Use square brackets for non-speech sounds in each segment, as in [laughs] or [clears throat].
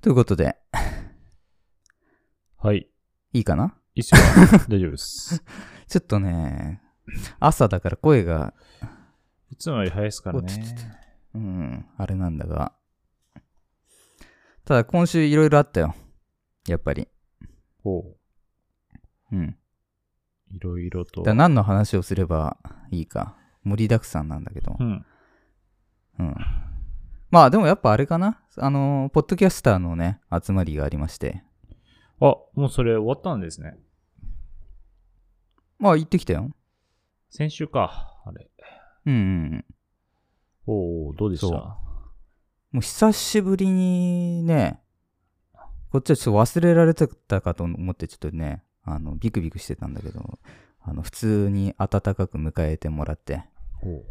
ということで、はい。いいかないいっすよ。 [laughs] 大丈夫です。ちょっとね、朝だから声が、いつもより早いですからおちょねっ。うん、あれなんだが。ただ今週いろいろあったよ。やっぱり。おううん。いろいろとだ。から何の話をすればいいか。盛りだくさんなんだけどう。ん。うん。まあでもやっぱあれかなあの、ポッドキャスターのね、集まりがありまして。あ、もうそれ終わったんですね。まあ行ってきたよ。先週か。あれ。うん、うん。おうどうでしそたもう久しぶりにね、こっちはちょっと忘れられてたかと思ってちょっとね、あの、ビクビクしてたんだけど、あの、普通に温かく迎えてもらって、おう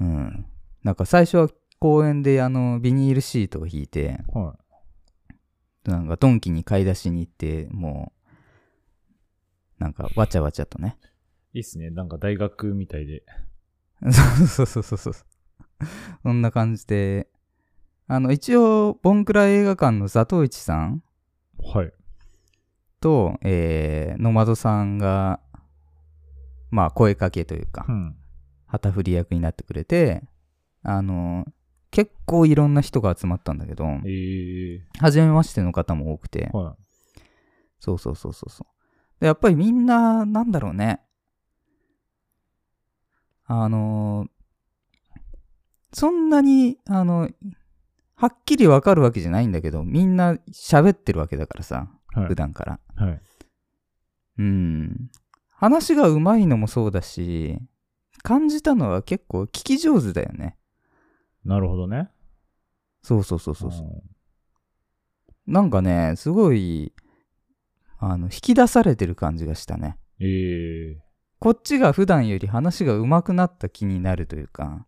うん。なんか最初は公園であの、ビニールシートを引いて、はなんかドンキに買い出しに行って、もう、なんかわちゃわちゃとね。い。いいっすね。なんか大学みたいで。そうそうそうそうそう。そんな感じで、あの、一応、ボンクラ映画館の佐藤一さんはい。と、えー、ノマドさんが、まあ、声かけというかう、ん。旗振り役になってくれて、あの、結構いろんな人が集まったんだけど、ええ初めましての方も多くて、はそうそうそうそうそう。で、やっぱりみんな、なんだろうね。あのそんなに、あの、はっきりわかるわけじゃないんだけど、みんな喋ってるわけだからさ、い。はい普。段から。はい。うん。話がうまいのもそうだし、感じたのは結構聞き上手だよね。なるほどね。そうそうそうそうそう。なんかね、すごい、あの、引き出されてる感じがしたね。うん。ええこっちが普段より話が上手くなった気になるというか、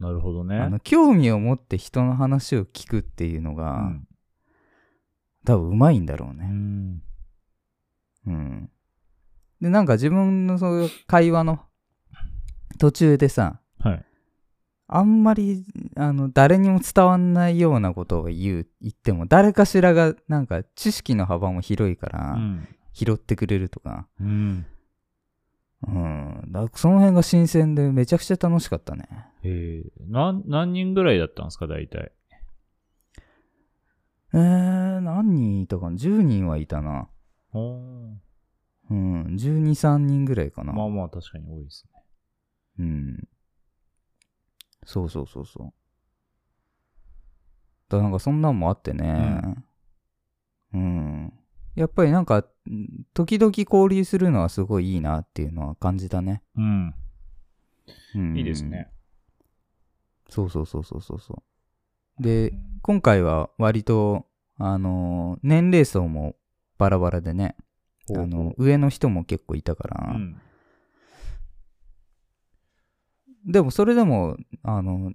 なるほどね。あの興味を持って人の話を聞くっていうのうが、ん多分上手いんだろううね。ん。うん。で、なんか自分のそういう会話の途中でさ、はい。あんまり、あの、誰にも伝わんないようなことを言う、言っても、誰かしらが、なんか、知識の幅も広いかうら、ん。拾ってくれるとか、うん。うん。だその辺が新鮮で、めちゃくちゃ楽しかったね。ええなん、何人ぐらいだったんですか、大体。えー、何人いたかな ?10 人はいたな。おーうん、12、3人ぐらいかな。まあまあ、確かに多いですね。うん。そうそうそうそう。だなんかそんなんもあってね。うん。やっぱりなんか、ん時々交流するのはすごいいいなっていうのは感じたね。うん。うんいいですね。。そうそうそうそうそうそう。で、今回は割と、あのー年齢層もバラバラでね、あほうほのう、上の人も結構いたから、うん。でもそれでも、あの、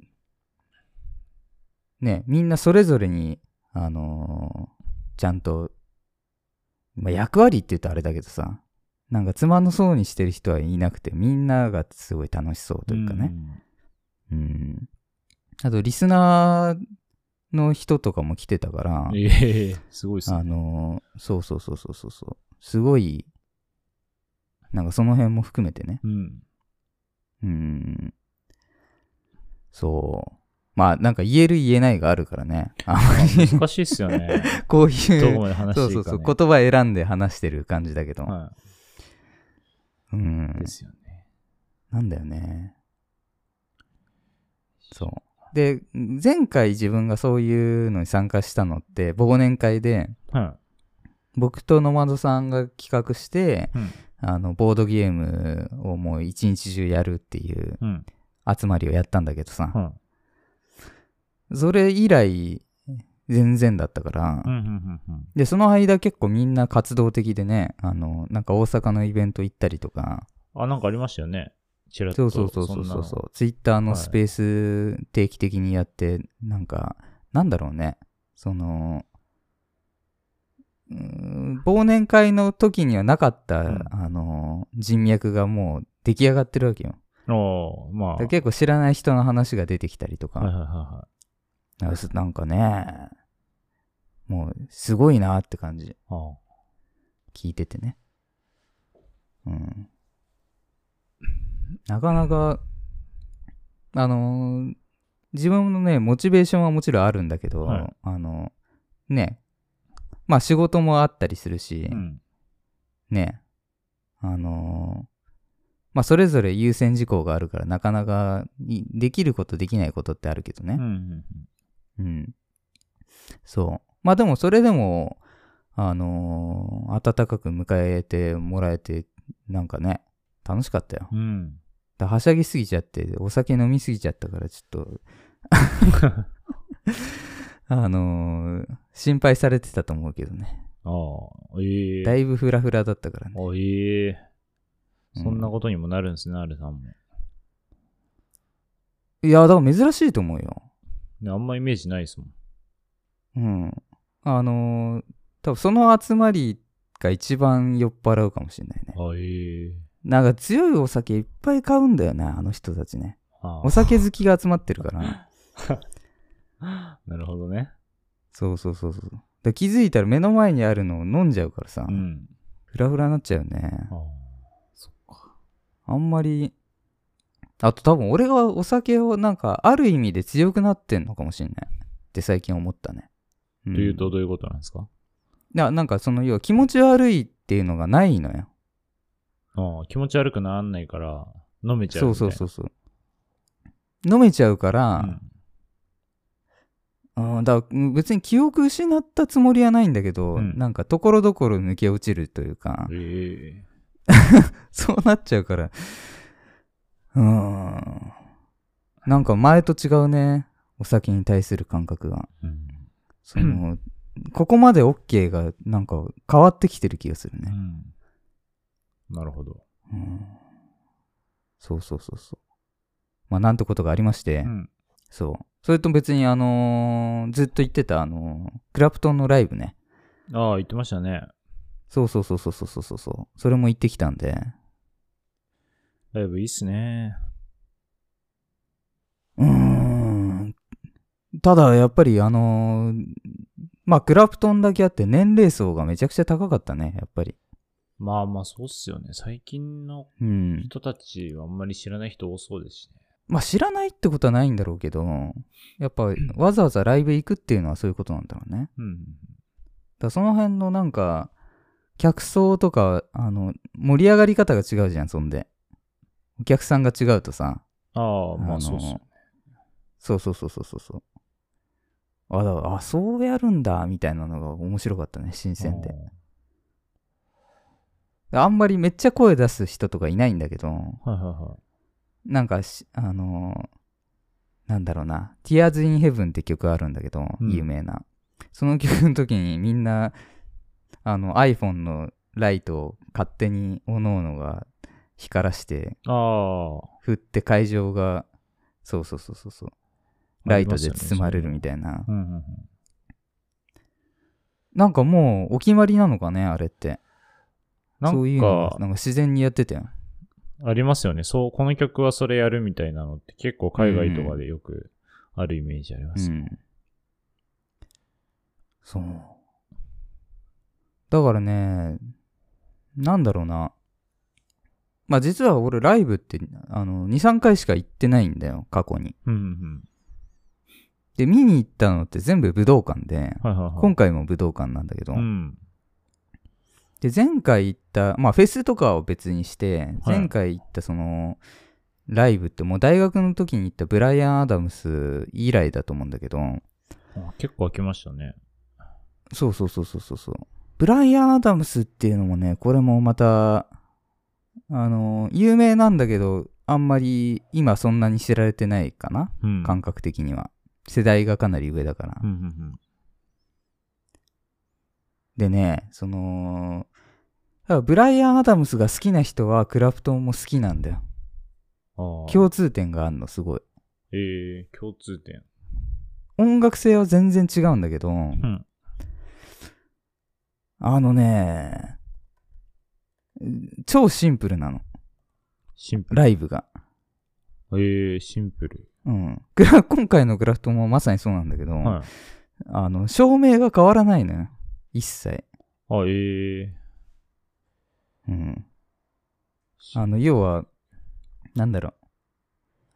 ね、みんなそれぞれに、あのーちゃんと、まあ、役割って言うとあれだけどさ、なんかつまんなそうにしてる人はいなくて、みんながすごい楽しそうというかね。うん。あと、リスナーの人とかも来てたからうん。、ええすごいですね。あのーそうそうそうそうそうそう、すごい、なんかその辺も含めてね、うん。うーん。そう。まあ、なんか言える言えないがあるからね。 [laughs] あんま難しいっす [laughs] よりね。こうどいう、こまで話そうしてそいいうか、そね。う、言葉選んで話してる感じだけど。はうい。んで。すよね。なんだよね。そう。で、前回自分がそういうのに参加したのって、忘年会で、は僕とノマドさんが企画して、い。うん。あの、ボードゲームをもう一日中やるっていううん。集まりをやったんだけどさ、はそれ以来、全然だったから、い。うん。うん。うん。で、その間結構みんな活動的でね、あの、なんか大阪のイベント行ったりとか、あ、なんかありましたよね。ちらっそと。うそうそうそうんなそのうそう、ツイッターのはいスペース定期的にやって、なんか、なんだろうね、その、うーん忘年会の時にはなかった、んあの、人脈がもう出来上がってるわけよ。おーまあ。だから結構知らない人の話が出てきたりとか、はいはいはなんかすなんかね、もうすごいなって感じ。ああ聞いててね。うん。なかなか、あのー自分のね、モチベーションはもちろんあるんだけど、はいあの、ね、まあ仕事もあったりするし、うん。ね、あのーまあそれぞれ優先事項があるから、なかなかいできることできないことってあるけどね。うんうんうん。そう。まあでもそれでも、あのー温かく迎えてもらえて、なんかね、楽しかったよ。だかうん。うん。らはしゃぎすぎちゃって、お酒飲みすぎちゃったから、ちょっと、あのー心配されてたと思うけどね。ああ、ええだいぶフラフラだったからね。あええうんそんなことにもなるんですね、アルさんも。いや、だから珍しいと思うよ。ね、あんまイメージないですもん。うん。あのー多分その集まりが一番酔っ払うかもしれないね。あええなんか強いお酒いっぱい買うんだよね、あの人たちね。あお酒好きが集まってるから。 [laughs] あ、なるほどね。そうそうそうそう。だから気づいたら目の前にあるのを飲んじゃうからさ、うん。フラフラになっちゃうね。あああんまり、あと多分俺がお酒をなんかある意味で強くなってんのかもしれない。って最近思ったね。うんというと、どういうことなんですかななんかその要は気持ち悪いっていうのがないのよ。ああ気持ち悪くならないから、飲めちゃうそみうたいそな。うそうそう。飲めちゃうかうら、ん。うん、だからうん別に記憶失ったつもりはないんだけど、うんなんかところどころ抜け落ちるというか、ええそうなっちゃうから。うーん。なんか前と違うね。お酒に対する感覚が。うん。その、ここまで OK がなんか変わってきてる気がするうね。ん。なるほど。うん、そうそうそうそう。まあなんてことがありまして、うん。そう。それと別にあのーずっと言ってたあのークラプトンのライブね。ああ、言ってましたね。そうそうそうそうそうそうそう。それも行ってきたんで。ライブいいっすね。うーんただ、やっぱり、あのーまあ、クラプトンだけあって年齢層がめちゃくちゃ高かったね、やっぱり。まあまあ、そうっすよね。最近のうん。人たちはあんまり知らない人多そうですしね。まあ、知らないってことはないんだろうけど、やっぱ、わざわざライブ行くっていうのはそういうことなんだろうね。うん。だからその辺のなんか、客層とか、あの、盛り上がり方が違うじゃん、そんで。お客さんが違うとさ。ああ、まあのあそうっすよね。そうそうそうそうそうそう。あ、だから、あ、そうやるんだ、みたいなのが面白かったね、新鮮で。あんまりめっちゃ声出す人とかいないんだけど、ああ。はいはいはい。なんかし、あのーなんだろうな、Tears in Heaven って曲あるんだけど、うん有名な。その曲の時にみんな、あの iPhone のライトを勝手におのおのが光らして、ああ。振って会場が、そうそうそうそうそう、ライトで包まれるみたいたいな。な。うんうんうん。なんかもうお決まりなのかね、あれって。なんかそういうのがなんか自然にやってたよ。ありますよね。そう、この曲はそれやるみたいなのって結構海外とかでよくあるイメージありまうす。ん。そう。だからね、なんだろうな。まあ実は俺ライブって、あの、2、3回しか行ってないんだよ、過去に。うんうんで、見に行ったのって全部武道館で、うん。はいはいはい。今回も武道館なんだけど、うん。で、前回行った、まあフェスとかを別にして、はい前回行ったその、ライブってもう大学の時に行ったブライアン・アダムス以来だと思うんだけど、あ結構開けましたね。そうそうそうそうそうそう。ブライアン・アダムスっていうのもね、これもまた、あの、有名なんだけど、あんまり今そんなに知られてないかな、うん。感覚的には。世代がかなり上だから。うんうんでね、その、だからブライアン・アダムスが好きな人はクラプトンも好きなんだよ。うん。ああ。共通点があるの、すごい。えー、共通点。音楽性は全然違うんだけど、うん。あのね、超シンプルなの、シンプライブが。ル。えー、シンプル。 [laughs] うん。グラ今回のグラフトもまさにそうなんだけど、はい。あの、照明が変わらないのよ。一切。あ、ええうん。あの、要は、なんだろう。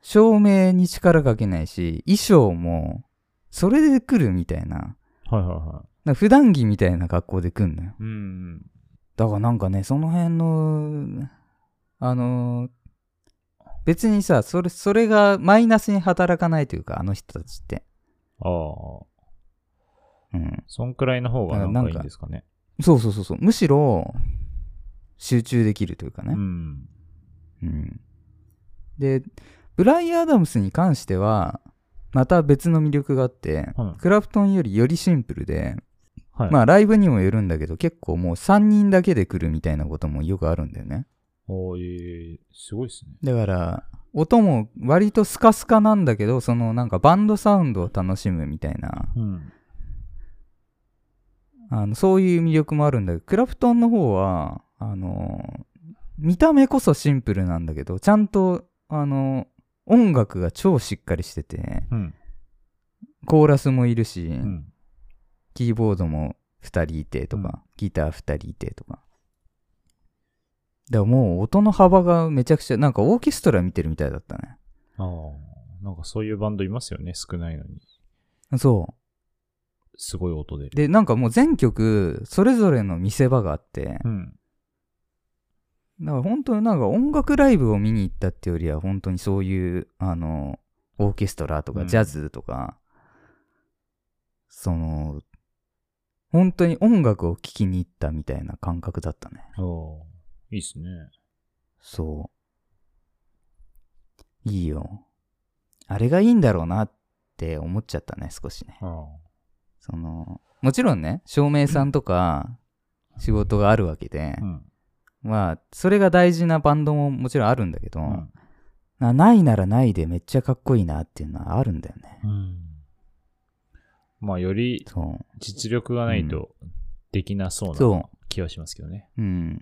照明に力かけないし、衣装も、それで来るみたいな。はいはいはなんか普段着みたいな格好で来んのよ。い。うん。だからなんかね、その辺の、あの、別にさ、それ、それがマイナスに働かないというか、あの人たちって。ああ、うん。そんくらいの方がなんかいいんですかね。そうそうそうそう。むしろ、集中できるというかねう。ん。うん。で、ブライアン・アダムスに関しては、また別の魅力があって、はいクラプトンよりよりシンプルで、はい。まあライブにもよるんだけど、結構もう3人だけで来るみたいなこともよくあるんだよね。おええすごいですね。だから、音も割とスカスカなんだけど、そのなんかバンドサウンドを楽しむみたいな、うん。あのそういう魅力もあるんだけど、クラプトンの方は、あの、見た目こそシンプルなんだけど、ちゃんと、あの、音楽が超しっかりしてて、うん。コーラスもいるし、うん。キーボードも2人いてとか、うんギター2人いてとか。だからもう音の幅がめちゃくちゃ、なんかオーケストラ見てるみたいだったね。ああ、なんかそういうバンドいますよね。少ないのに。そすごい音出う。る。で、なんかもう全曲、それぞれの見せ場があって、うん。だから本当になんか音楽ライブを見に行ったってよりは、本当にそういう、あの、オーケストラとうかんジャズとか、その、本当に音楽を聴きに行ったみたいな感覚だったね。おーいいですね。そう。いいよ。あれがいいんだろうなって思っちゃったね、少しね。ああ。その、もちろんね、照明さんとか仕事があるわけで、うん。まあ、それが大事なバンドももちろんあるんだけど、うん。なないならないでめっちゃかっこいいなっていうのはあるんだよね。うん。まあ、よりそう。実力がないとできなそうなそ気はしますけどね。う。うん。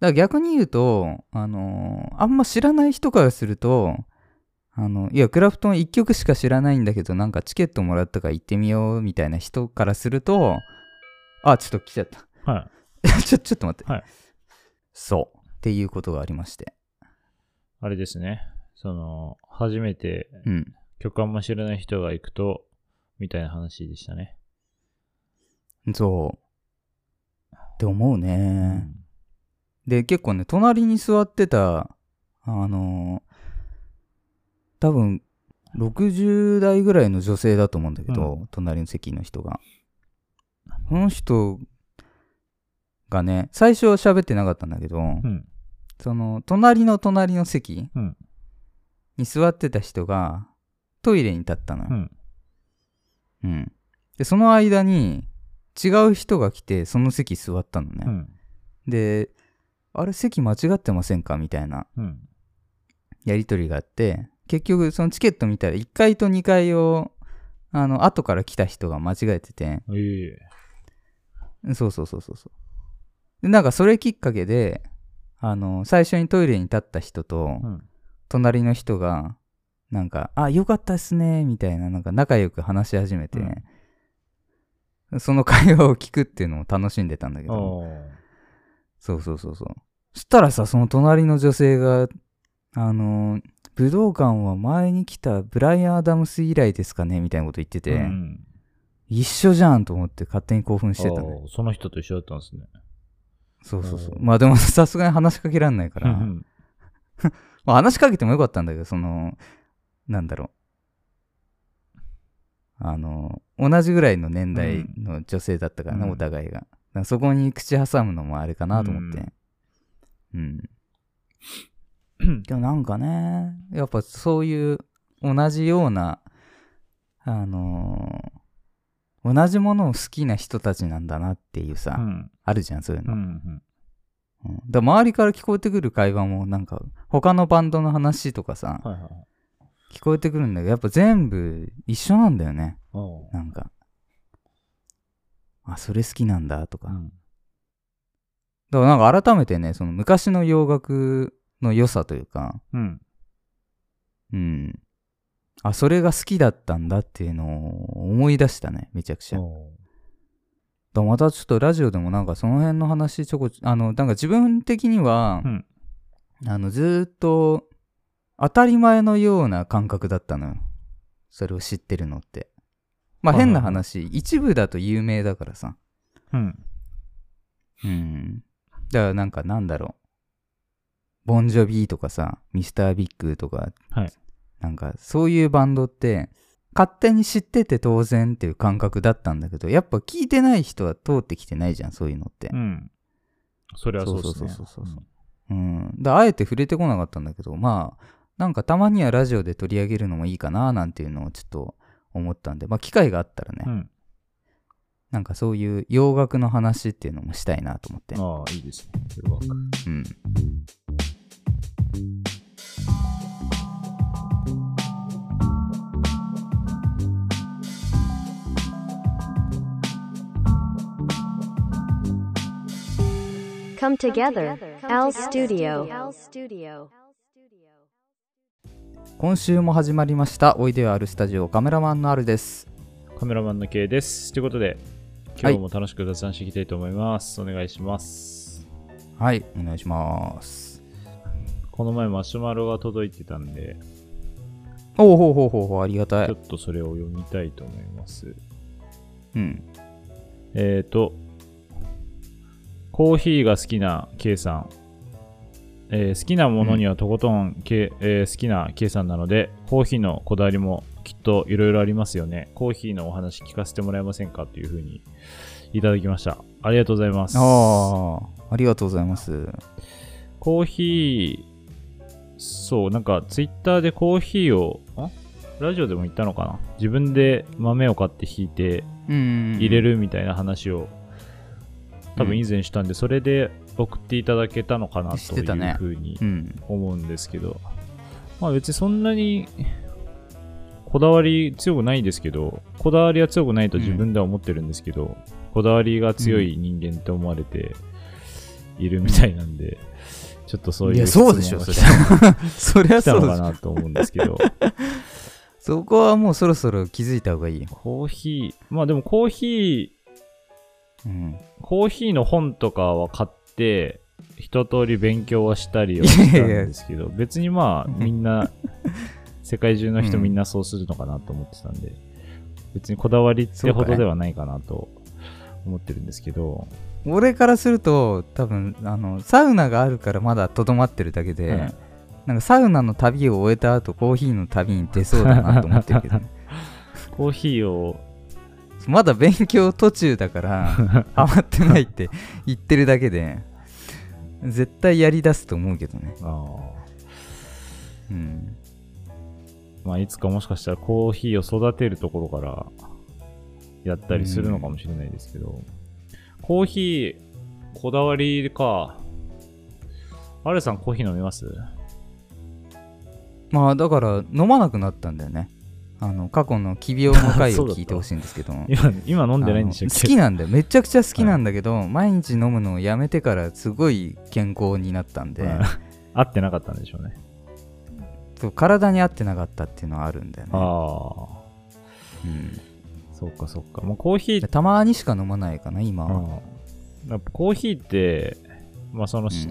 だから逆に言うと、あのーあんま知らない人からすると、あの、いや、クラフトン1曲しか知らないんだけど、なんかチケットもらったから行ってみようみたいな人からすると、あ、ちょっと来ちゃった。 [laughs] はちょ、ちょっと待って。はいそう。っていうことがありまして。い。あれですね。その、初めてうん。曲あんま知らない人が行くと、みたいな話でしたね。そう。って思ううね。んで、結構ね、隣に座ってた、あのー多分、60代ぐらいの女性だと思うんだけど、隣の席の人が。その人がね、最初は喋ってなかったんだけど、うん。その、隣の隣の席うんに座ってた人が、トイレに立ったのよ。うん。うんで、その間に、違う人が来て、その席座ったのね。うん。で、あれ席間違ってませんかみたいなうん。やり取りがあって、結局そのチケット見たら1階と2階を、あの、後から来た人が間違えてて、ええそうそうそうそうそう。で、なんかそれきっかけで、あの、最初にトイレに立った人とう、ん。隣の人が、なんか、あ、よかったっすね、みたいな、なんか仲良く話し始めて、その会話を聞くっていうのを楽しんでたんだけあど、あ。そうそうそうそう。そしたらさ、その隣の女性が、あのー、武道館は前に来たブライアン・アダムス以来ですかねみたいなこと言ってて、うん、一緒じゃんと思って勝手に興奮してたね。ああその人と一緒だったんですね。そうそうそう。おーまあでもさすがに話しかけられない [laughs] から、うんまあ話しかけてもよかったんだけど、その、なんだろう。あの、同じぐらいの年代の女性だったからね、うんお互いが。だからそこに口挟むのもあれかなと思って。うんうんでもなん [clears throat] かね、やっぱそういう同じような、あのー同じものを好きな人たちなんだなっていうさ、うんあるじゃん、そういううの。んうんだから周りから聞こえてくる会話もなんか他のバンドの話とかさ、はいはいはい。聞こえてくるんだけど、やっぱ全部一緒なんだよね、ああなんか。あ、それ好きなんだとか。うんだからなんか改めてね、その昔の洋楽の良さというか、うん。うん。あ、それが好きだったんだっていうのを思い出したね、めちゃくちゃ。だかおうらまたちょっとラジオでもなんかその辺の話ちょこちょ、あの、なんか自分的には、うんあの、ずーっと当たり前のような感覚だったのよ。それを知ってるのって。まあはいはい変な話、一部だと有名だからさ。うん。うん。だからなんかなんだろう。ボンジョビーとかさ、ミスタービッグとか、はいなんかそういうバンドって、勝手に知ってて当然っていう感覚だったんだけど、やっぱ聞いてない人は通ってきてないじゃん、そういうのってう。ん。それはそうですね。そうそうそうそうそううん。だからあえて触れてこなかったんだけど、まあ、なんかたまにはラジオで取り上げるのもいいかななんていうのをちょっと思ったんで、まあ機会があったらね、うん。うんなんかそういう洋楽の話っていうのもしたいなと思って。ああ、いいですね。それは。うん。 Come together. Al Studio. Al Studio. 今週も始まりました、おいでよあるスタジオ、カメラマンのあるです。カメラマンの K です。ということで、今日も楽しく雑談していきたいと思います。お願いします。はい、お願いします。この前マシュマロが届いてたんで、おおほうほうほうほう、ありがたちょい。っとそれを読みたいと思います。うん。えっ、ー、と、コーヒーが好きな K さん。えー好きなものにはとことん、K えー好きな K さんなので、コーヒーのこだわりもきっといろいろありますよね。コーヒーのお話聞かせてもらえませんかというふうにいただきました。ありがとうございます。ああ、ありがとうございます。コーヒー、そう、なんかツイッターでコーヒーを、んラジオでも言ったのかな自分で豆を買ってひいてうん。入れ。るみたいな話を多分以前したんで、それで送っていただけたのかなしといてたねうふうにうん。思うんですけど、まあ別にそんなにこだわり強くないですけど、こだわりは強くないと自分では思ってるんですけど、こだわりが強い人間って思われているみたいなんで、ちょっとそういういや、そうでしょ、質そ問りが来ゃ。そりゃ来たそうのかでしょ。なと思う [laughs] んですけど、そこはもうそろそろ気づいた方がいいよ。コーヒー、まあでもコーヒー、うん。コーヒーの本とかは買って、一通り勉強はしたりはしたんですけど、別にまあ、みんな、世界中の人うんみんなそうするのかなと思ってたんで、別にこだわりってほどではないかなと思ってるんですけど、俺からすると、多分、あの、サウナがあるからまだとどまってるだけで、うんなんかサウナの旅を終えた後、コーヒーの旅に出そうだなと思ってるけ [laughs] どね、コーヒーを、まだ勉強途中だ [laughs] から、ハマってないって言ってるだけで、絶対やりだすと思うけどね。あーうん。まあ、いつかもしかしたらコーヒーを育てるところからやったりするのかもしれないですけど、コーヒー、こだわりか。アレさんコーヒー飲みますまあ、だから、飲まなくなったんだよね。あの、過去の奇病の回 [laughs] そをうだった聞いてほしいんですけど。今今飲んでないんでしょあの好きなんだよめちゃくちゃ好きなんだけど、毎日飲むのをやめてからすごい健康になったんで、うん合ってなかったんでしょうね。そう体に合ってなかったっていうのはあるんだよね、ああ、そっかそっか。もうコーヒうんー、たまにしか飲まないかな今うは、んやっぱコーヒーって、まあそのし、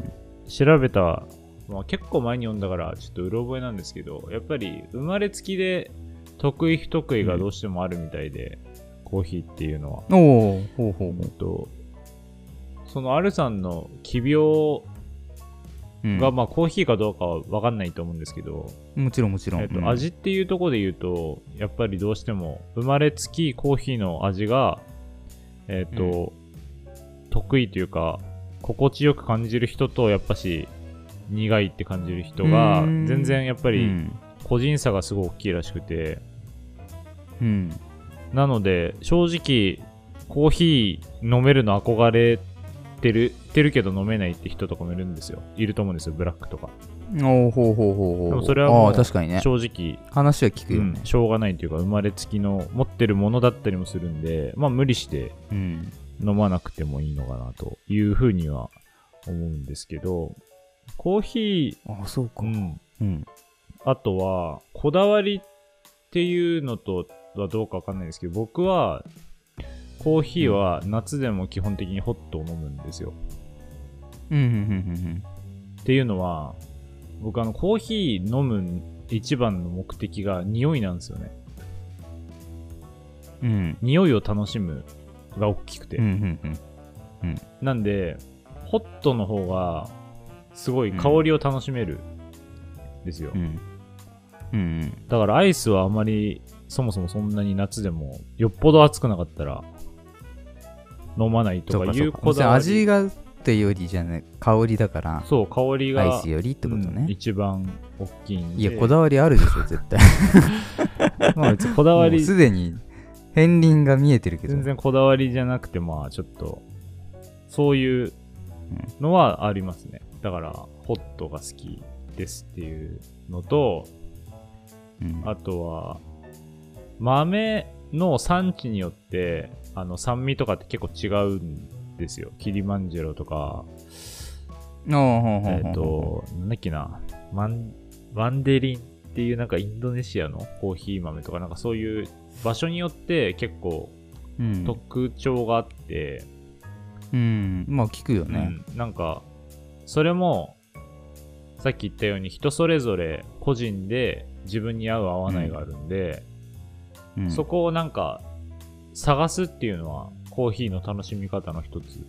調べた、まあ、結構前に読んだからちょっとうろ覚えなんですけど、やっぱり生まれつきで得意不得意がどうしてもあるみたいで、コーヒーっていうのは。うんおおほうほううんとそのアルさんの奇病うんが、まあコーヒーかどうかは分かんないと思うんですけど、もちろんもちろん、えっうんと、味っていうところで言うと、やっぱりどうしても生まれつきコーヒーの味が、えっと得意というか心地よく感じる人とやっぱし苦いって感じる人がうーん全然やっぱうりん個人差がすごい大きいらしくて、うんなので正直コーヒー飲めるの憧れてるてるけど飲めないって人とかもいるんですよいると思うんですよブラックとかおおほうほうほうでほうもそれはもうああ確かにね正直話は聞くようんね、しょうがないというか生まれつきの持ってるものだったりもするんで、まあ、無理してうん飲まなくてもいいのかなというふうには思うんですけどコーヒああそうー、かうん、あとはこだわりっていうのとはどうかわかんないですけど、僕は、コーヒーは夏でも基本的にホットを飲むんですよ。うんうんうんっていうのは、僕あの、コーヒー飲む一番の目的が匂いなんですよね。うんうん匂いを楽しむが大きくて。うんうんうんなんで、ホットの方が、すごい香りを楽しめる、ですよ。うんうんだからアイスはあまり、そもそもそんなに夏でも、よっぽど暑くなかったら、飲まないとそうかかいそううこかだわり味がっていうよりじゃない香りだからそう、香りが、アイスよりってことうんね、一番大きいんで。いやこだわりあるでしょ絶対まあ別にこだわもうり、すでに片鱗が見えてるけど全然こだわりじゃなくて、まあちょっと、そういうのはありますね。だから、ホットが好きですっていうのと、うんあとは、豆の産地によって、あの、酸味とかって結構違うんですよ。キリマンジェロとか、おうほうほうほうえっ、と、なんだっけな、マン、ワンデリンっていうなんかインドネシアのコーヒー豆とか、なんかそういう場所によって結構うん特徴があって、うんまあ聞くようんねなんか、それも、さっき言ったように人それぞれ個人で自分に合う合わないがあるんで、うんそこをなんか探すっていうのはコーヒーの楽しみ方の一つ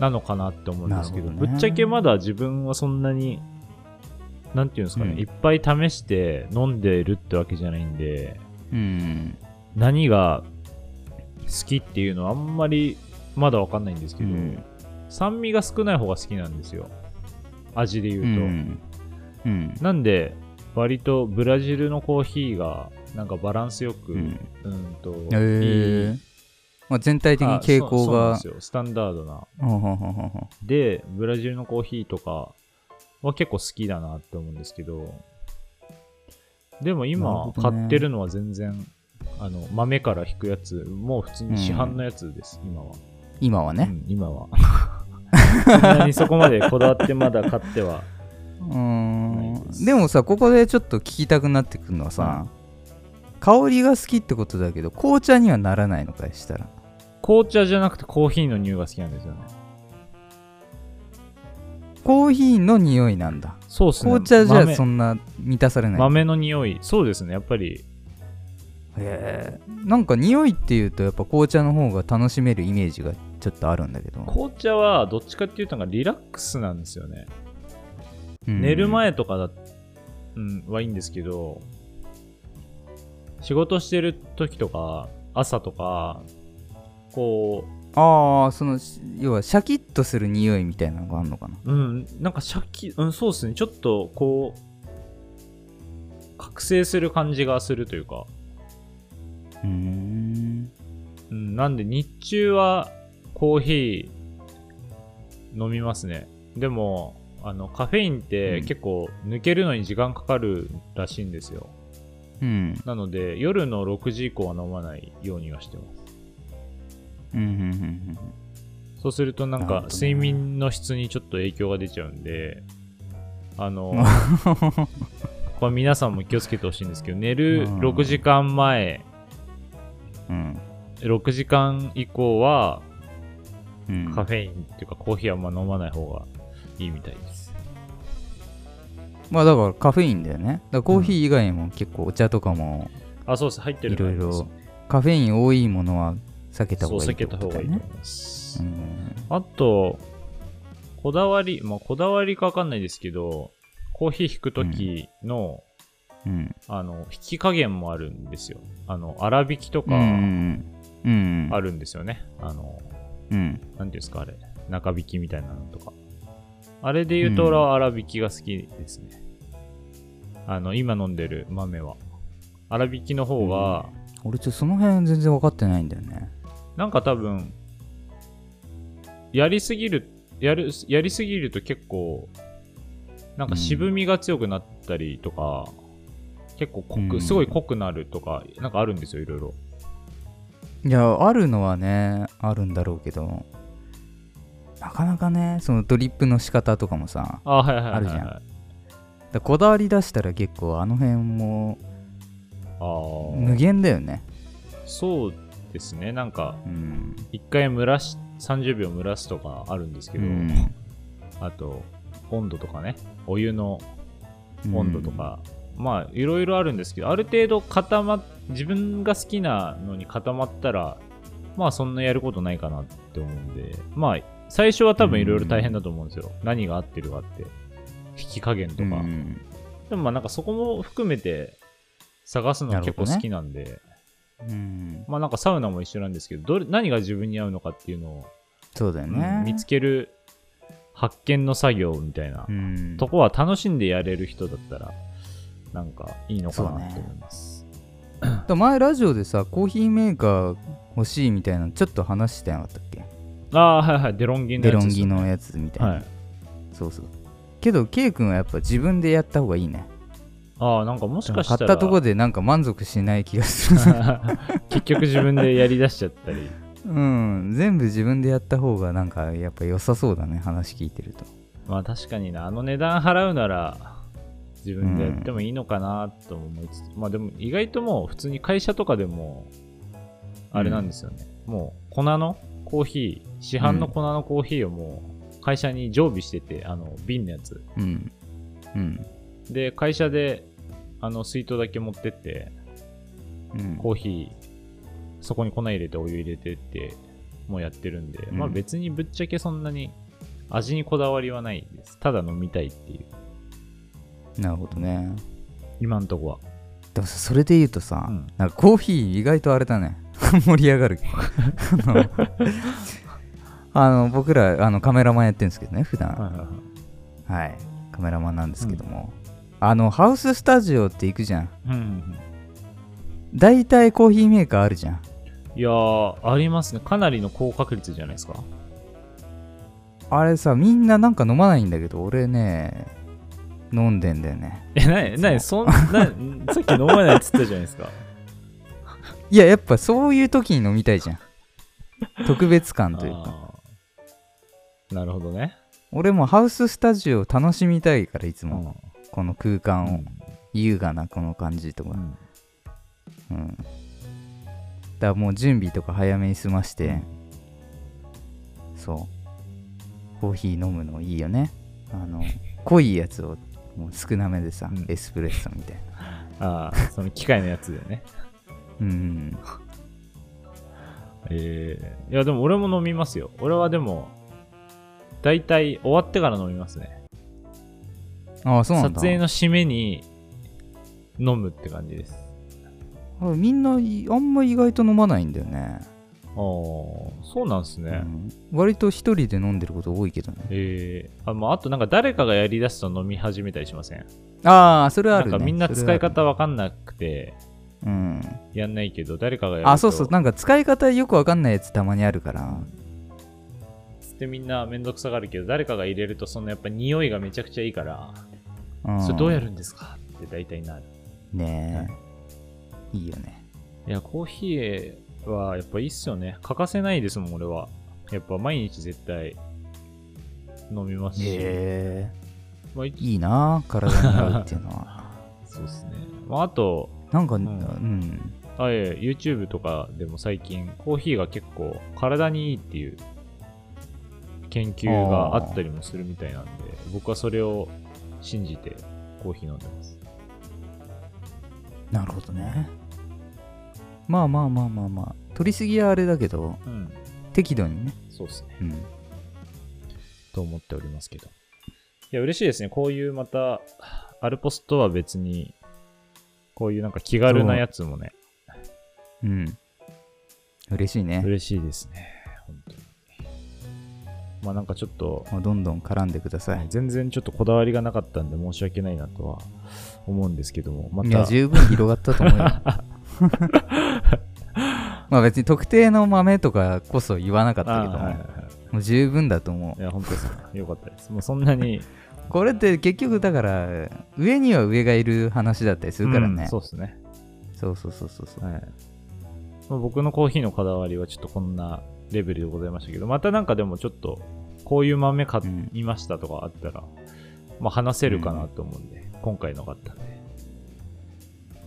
なのかなって思うんですけどなるほどぶねっちゃけまだ自分はそんなになんていうんですかね、うんいっぱい試して飲んでるってわけじゃないんでうん何が好きっていうのはあんまりまだわかんないんですけど、うん酸味が少ない方が好きなんですよ味で言ううと、んうんなんで割とブラジルのコーヒーがなんかバランスようく、うんん、とへいいえまあ、全体的に傾向があそうそうなんですよスタンダードなほうほうほうほうほでブラジルのコーヒーとかは結構好きだなって思うんですけどでもなる今ほどね買ってるのは全然、あの豆から引くやつもう普通に市販のやつです、今は、う今はうねん、今はそんなにそこまでこだわってまだ買ってはうーないでんすでもさここでちょっと聞きたくなってくるのはさ、香りが好きってことだけど紅茶にはならないのかいしたら紅茶じゃなくてコーヒーの匂いが好きなんですよねコーヒーの匂いなんだそうっすね紅茶じゃ豆そんな満たされない豆の匂いそうですねやっぱりへえなんか匂いっていうとやっぱ紅茶の方が楽しめるイメージがちょっとあるんだけど、紅茶はどっちかっていうとなんかリラックスなんですよねうん寝る前とかだ、うん、はいいんですけど、仕事してる時とか、朝とか、こああそのし要はシャキッとする匂いみたいなのがあるのかなう、うん、なんかシャキ、うん、そうですね、ちょっとこう、覚醒する感じがするというか、うーんうん、なんで日中はコーヒー飲みますね。でも、あの、カフェインってうん結構抜けるのに時間かかるらしいんですよ。うんなので、夜の6時以降は飲まないようにはしてます。うんうんうんそうするとなんなるかほどね睡眠の質にちょっと影響が出ちゃうんで、あ [laughs] の、これ皆さんも気をつけてほしいんですけど、寝るうん6時間前、うん6時間以降はうんカフェインっていうかコーヒーはあんま飲まない方がいいみたいです。まあだからカフェインだよねだからコーヒー以外にも結構お茶とかもあ、そうです。入ってるいろいとろ思カフェイン多いものは避けいますた方そう、がいい避ってけこたと方だがいよいとね思います。うんあと、こだわり、まあ、こだわりかわかんないですけど、コーヒー引くときの、うんあの、引き加減もあるんですよ。あの、粗引きとうか、んうんあるんですよね。あの、うんなんていうんですか、あれ。中引きみたいなのとか。あれで言うと、うん俺は粗引きが好きですね。あの、今飲んでる豆は。粗引きの方が、俺ちょっとその辺全然分かってないんだよねなんか多分、やりすぎる、やる、やりすぎると結構、なんか渋みが強くなったりとか、結構濃うく、んすごい濃くなるとか、なんかあるんですよ、いろいろ。いやあるのはねあるんだろうけどなかなかねそのドリップの仕方とかもさあ、はいはいはい、はい。あるじゃんだからこだわり出したら結構あの辺もあー無限だよねそうですね。なんか、うん一回蒸らし、30秒蒸らすとかあるんですけうど、んあと、温度とかね、お湯の温度とか、まあ、いろいろあるんですけど、ある程度固まっ、自分が好きなのに固まったら、まあ、そんなやることないかなって思うんで、まあ、最初は多分いろいろ大変だと思うんですよ。何が合ってるかって。引き加減とか。うんでもまあなんかそこも含めて探すのなはる結ほ構どね好きなんで、うんまあなんかサウナも一緒なんですけど、どれ何が自分に合うのかっていうのを、そうだようんね見つける発見の作業みたいな、うんとこは楽しんでやれる人だったら、なんかいいのかそうねなと思います。と前ラジオでさコーヒーメーカー欲しいみたいなのちょっと話してなかったっけああ、はいはい、デロンギのデやロつンですギよのやつみたいな、はい。そうそうけど K 君はやっぱ自分でやった方がいいねああ、なんかもしか買しったらたとこでなんか満足しない気がする [laughs] 結局自分でやりだしちゃったり。うん全部自分でやった方がなんかやっぱ良さそうだね話聞いてるとまあ確かにな、あの値段払うなら自分でやってもいいのかなとも思いつつ、まあでも意外ともう普通に会社とかでも、あれなんですよね、もう粉のコーヒー、市販の粉のコーヒーをもう会社に常備してて、あの瓶のやつ。うんうんで、会社であの水筒だけ持ってって、うんコーヒー、そこに粉入れてお湯入れてって、もうやってるんで、うんまあ別にぶっちゃけそんなに味にこだわりはないです。ただ飲みたいっていう、なるほどね今んとこは。でもさそれで言うとさ、うんなんかコーヒー意外とあれだね [laughs] 盛り上がるあの [laughs] あの僕らあのカメラマンやってるんですけどね普段はいはいはいはい、カメラマンなんですけども、あのハウススタジオって行くじゃんうんうん大体コーヒーメーカーあるじゃんうん、いやー、ありますね。かなりの高確率じゃないですか。あれさみんななんか飲まないんだけど俺ね飲んでんだよねえ、なに、なに、そんな、さっき飲まないっつったじゃないですか。いややっぱそういう時に飲みたいじゃん特別感というかあーなるほどね。俺もハウススタジオを楽しみたいからいつうも、ん。この空間を、優雅なこの感じとか、うんだからもう準備とか早めに済まして、そうコーヒー飲むのいいよねあの [laughs] 濃いやつをもう少なめでさ、うんエスプレッソみたいなああ、その機械のやつでね。うんえー、いや、でも俺も飲みますよ。俺はでも、だいたい終わってから飲みますね。ああそうな撮んだ影の締めに飲むって感じです。あれみんないあんま意外と飲まないんだよねああ、そうなんすね。うん割と一人で飲んでること多いけどねえー、あまああとなんか誰かがやりだすと飲み始めたりしません、ああそれはあなるんねかみんなそ使れいはある方わかんなくてうんやんないけど誰かがやるとあそうそうなんか使い方よくわかんないやつたまにあるからつってみんなめんどくさがるけど誰かが入れるとそのやっぱ匂いがめちゃくちゃいいから、うんそれどうやるんですかって大体なるねえ、いいよねいやコーヒーはやっぱいいっすよね欠かせないですもん俺はやっぱ毎日絶対飲みますし、へえまあ、いいいな体に合うっていうの [laughs] はそうですね、まあ、あとなんかうんん、あいや YouTube とかでも最近コーヒーが結構体にいいっていう研究があったりもするみたいなんで僕はそれを信じてコーヒー飲んでますなるほどねまあまあまあまあまあ取りすぎはあれだけどうん適度にねそうですねうんと思っておりますけどいや嬉しいですねこういうまたアルポスとは別にこういうなんか気軽なやつもねうん嬉しいね、嬉しいですね本当にまあなんかちょっともうどんどん絡んでください、全然ちょっとこだわりがなかったんで申し訳ないなとは思うんですけども、まいやた、十分広がったと [laughs] 思うよ [laughs] まあ別に特定の豆とかこそ言わなかったけども,、あーはいはいはもう十分だと思い、いや本当ですねよかったです。もうそんな [laughs] に、うこれって結局だから上には上がいる話だったりするからね、うんそうですね、そうそうそうそうそうはいまあ僕のコーヒーのこだわりはちょっとこんなレベルでございましたけど、またなんかでもちょっと、こういう豆買うんいましたとかあったら、まあ話せるかなと思うんで、今回のがあったんで、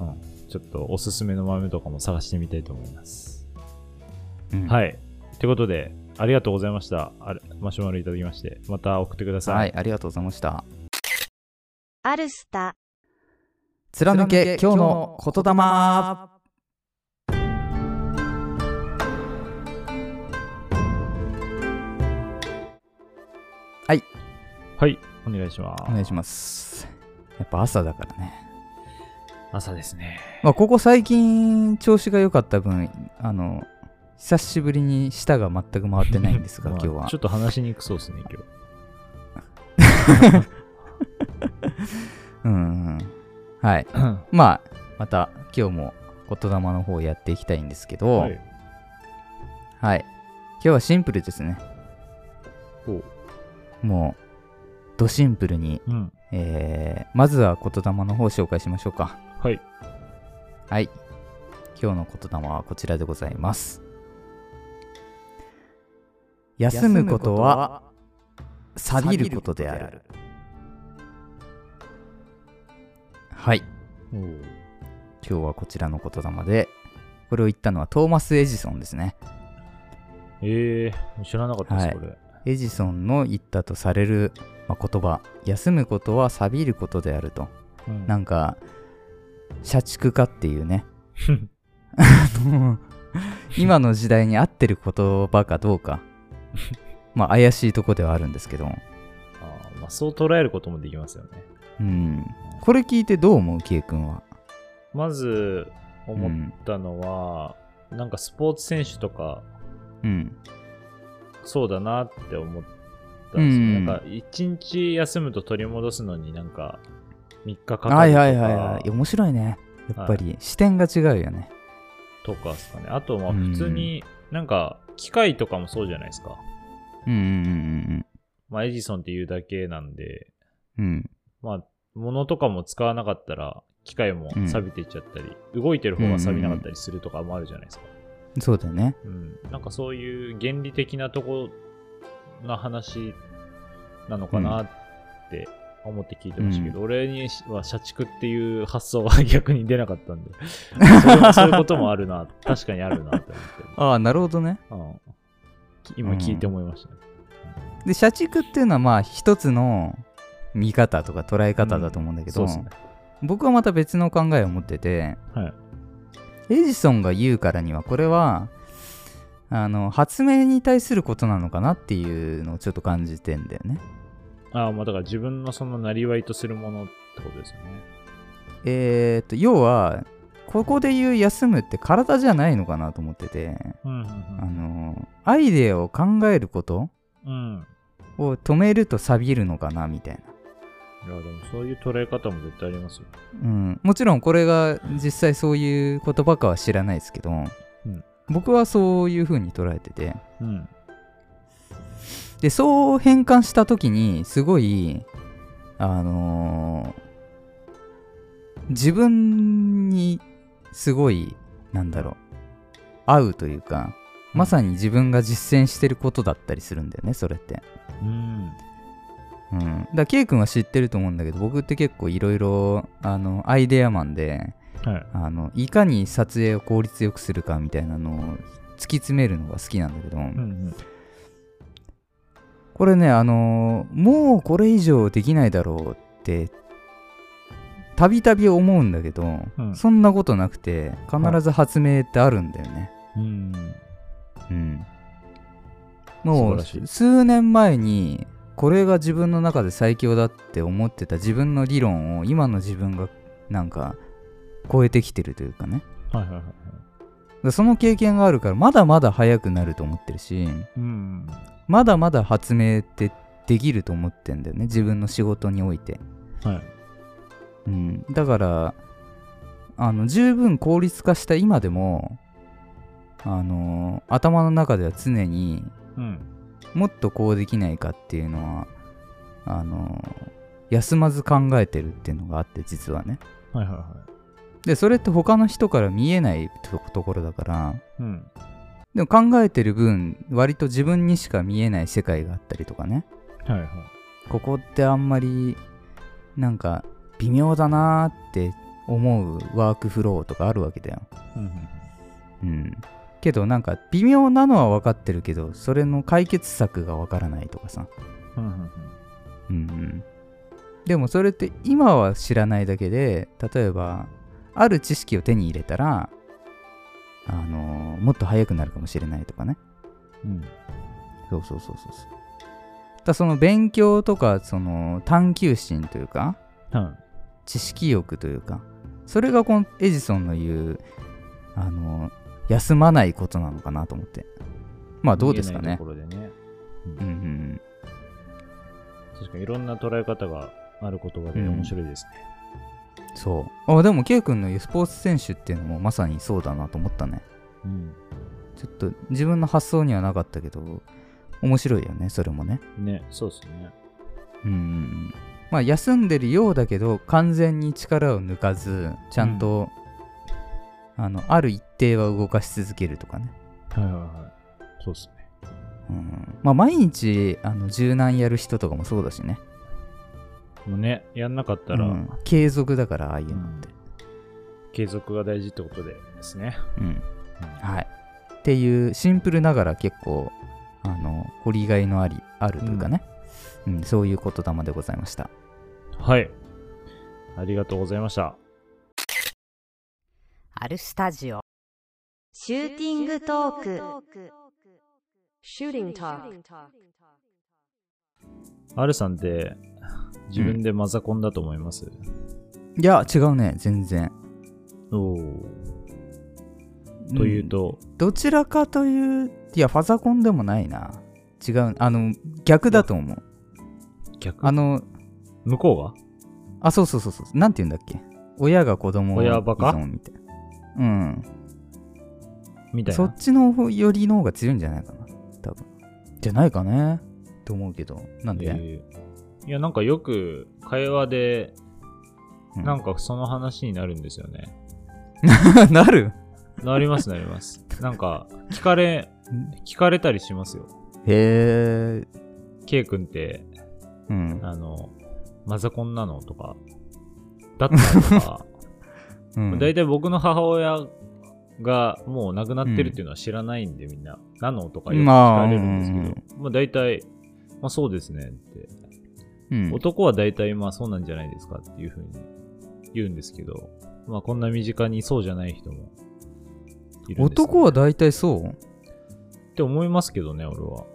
うん、ちちょっとおすすめの豆とかも探してみたいと思います。うんはい。ってことで、ありがとうございました。あれマシュマロいただきまして、また送ってください。はい、ありがとうございました。アルスタ貫け今日の言霊はい。お願いします。お願いします。やっぱ朝だからね。朝ですね。まあ、ここ最近調子が良かった分、あの、久しぶりに舌が全く回ってないんですが、 [laughs] ま今あ日はちょ。っと話しにくそうですね、今日。うんうんうん。はい。 [laughs] まあ、また今日も言霊の方やっていきたいんですけど、は。はいい。今日はシンプルですね。ほうもう、ドシンプルに、うん。えー、まずは言霊の方紹介しましょうか。はい。はい。今日の言霊はこちらでございます。休休むむここととはは錆びることである。はい。おー今日はこちらの言霊で、これを言ったのはトーマス・エジソンですね。えー、知らなかったです、はいこれ。エジソンの言ったとされる、まあ言葉、休むことは錆びることであると。うんなんか、社畜化っていう [laughs] ね。あの今の時代に合ってる言葉かどうか。まあ怪しいとこではあるんですけど。あーまあ、そう捉えることもできますよね。うん。これ聞いてどう思う ?K 君は。まず思ったのは、なんかスポーツ選手とかうん。そうだなって思ったんですよ、うんなんか一日休むと取り戻すのになんか3日かかるとか,、はいはいはいはい。面白いね。やっぱり、視点が違うよね。とかですかねあとまあうん普通になんか機械とかもそうじゃないですか、うんうんうんまあ、エジソンっていうだけなんでうんうん。まあ物とかも使わなかったら機械も錆びていっちゃったり、動いてる方が錆びなかったりするとかもあるじゃないですか、うん。そうだよね。うん、なんかそういう原理的なとこな話なのかなって思って聞いてましたけど、俺には社畜っていう発想は [laughs] 逆に出なかった [laughs] んで、そういうそういうこともあるな、確かにあるなってああ、なるほどね。思って、うん、今聞いて思いましたね。で、社畜っていうのはまあ一つの見方とか捉え方だと思うんだけど、そうですね。僕はまた別の考えを持ってて、はい。エジソンが言うからにはこれはあの発明に対することなのかなっていうのをちょっと感じてんだよね。ああ、まあだから自分のそのなりわいとするものってことですよね。えー、と要はここで言う休むって体じゃないのかなと思っててうんうあんのアイデアを考えることうん。うん。を止めると錆びるのかなみたいな、いや、でもそういう捉え方も絶対ありますよ。うん、もちろんこれが実際そういう言葉かは知らないですけど、ん僕はそういう風に捉えてて、うん。でそう変換した時にすごいあのー自分にすごいなんだろう合うというかまさに自分が実践してることだったりするんだよねそれって。うん。うん、だから K 君は知ってると思うんだけど僕って結構いろいろあのアイデアマンではい。あのいかに撮影を効率よくするかみたいなのを突き詰めるのが好きなんだけど、うんこれね、あのーもうこれ以上できないだろうって、たびたび思うんだけど、うんそんなことなくて、必ず発明ってあるんだよね。うん。ううん。ん。も素晴らしう、い数年前に、これが自分の中で最強だって思ってた自分の理論を、今の自分が、なんか、超えてきてるというかね。はいはいはいはい。だからその経験があるから、まだまだ早くなると思ってるし、うん。まだまだ発明ってできると思ってんだよね自分の仕事において、はい。うん、だからあの十分効率化した今でもあの頭の中では常にうん。もっとこうできないかっていうのはあの休まず考えてるっていうのがあって実はねはいはいはでそれって他の人から見えないとところだからい。うん。でも考えてる分割と自分にしか見えない世界があったりとかねはいはい。ここってあんまりなんか微妙だなーって思うワークフローとかあるわけだよ。うんうん。けどなんか微妙なのは分かってるけど、それの解決策が分からないとかさ。うんうんうんうん。でもそれって今は知らないだけで、例えば、ある知識を手に入れたら、あのもっと早くなるかもしれないとかね。うんそうそうそうそうそう。だからその勉強とか、その探求心というか、うん知識欲というかそれがこのエジソンの言うあの休まないことなのかなと思ってまあどうですか見えなねいところでねうんうん確かにいろんな捉え方がある言葉で面白いですね。そうあでも K 君の言うスポーツ選手っていうのもまさにそうだなと思ったねうんちょっと自分の発想にはなかったけど面白いよねそれもねね、そうですね。うんうんうんまあ休んでるようだけど完全に力を抜かずちゃんと、あのある一定は動かし続けるとかねはいはいはい。そうですね。うんまあ、毎日あの柔軟やる人とかもそうだしね、もうね、やんなかったうら、ん継続だからああいうのって、継続が大事ってことでですね。うんはい、っていうシンプルながら結構あの掘りがいのありあるというかね、うんそういう言霊でございましたはい。ありがとうございました。アルスタジオシューティングトーク。 Shooting Talk アルさんって、自分でマザコンだと思います、いや違うね全然おお。というと、うんどちらかといういやファザコンでもないな違うあの逆だと思う逆あの向こうあそうそうそうそうなんて言うんだっけ親が子供を依親バカ存みたいなうんがみたいそなっ。ちの方よりの方が強いんじゃないかな多分じゃないかねと思うけどなんで、えーいや、なんかよく会話で、うんなんかその話になるんですよね。 [laughs] なるなり [laughs] ますなります。なんか、聞かれ、聞かれたりしますよ。へえ K 君って、うんあの、マザコンなのとか、だったのとか、うん大体僕の母親がもう亡くなってるっていうのは知らないんで、みんな、なのとかよく聞かれるんですけど、まあまあ大体、まあそうですねって、うん男は大体まあそうなんじゃないですかっていうふうに言うんですけど、まあこんな身近にそうじゃない人もいるんです、ね、男は大体そうって思いますけどね、俺は。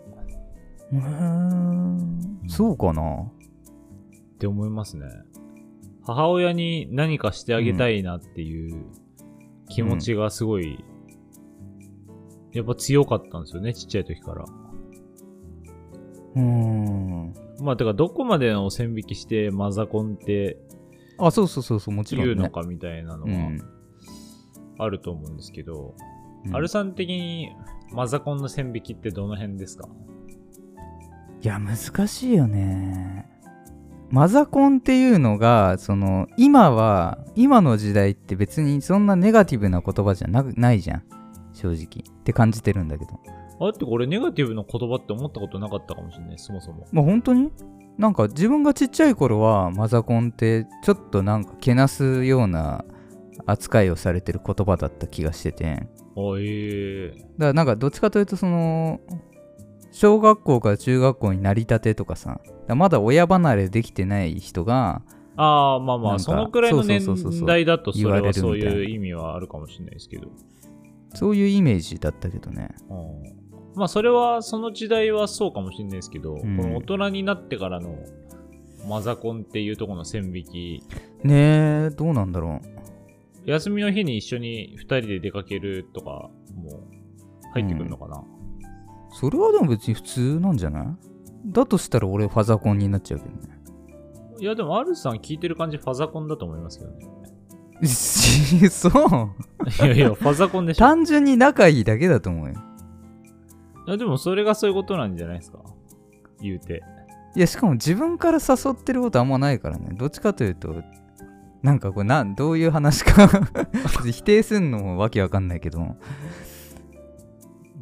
うーんそうかなって思いますね母親に何かしてあげたいなっていう気持ちがすごい、やっぱ強かったんですよねちっちゃい時からうーんまあてかどこまでの線引きしてマザコンってあそうそうそうそうもちろん、言ね、うのかみたいなのうはん、あると思うんですけど、うんアルさん的にマザコンの線引きってどの辺ですかいや難しいよねマザコンっていうのがその今は今の時代って別にそんなネガティブな言葉じゃなくないじゃん正直って感じてるんだけどあってこれネガティブな言葉って思ったことなかったかもしれないそもそもまあ本当になんか自分がちっちゃい頃はマザコンってちょっとなんかけなすような扱いをされてる言葉だった気がしててだかあええらなんかどっちかというとその小学校から中学校になりたてとかさだからまだ親離れできてない人がああ、まあまなんあ、かそのくらいの年そうそうそうそう代だと、それ言われるはみたいなそういう意味はあるかもしれないですけど。そういうイメージだったけどねうんまあ、それは、その時代はそうかもしれないですけど、んこの大人になってからのマザコンっていうところの線引き、ねえどうなんだろ休みの日に一緒に2人で出かけるとか、も入ってくるのかな。うそれはでも別に普通なんじゃないだとしたら俺ファザコンになっちゃうけどね [laughs] いや、でも、アルさん聞いてる感じ、ファザコンだと思いますけどね。そう [laughs] い [laughs] やいや、ファザコンでしょ。単純に仲いいだけだと思うよいやでも、それがそういうことなんじゃないですか。言うて。いやしかも自分から誘ってることあんまないからねどっちかというとなんかこれなんどういう話か [laughs] 否定すんのもわけわかんないけど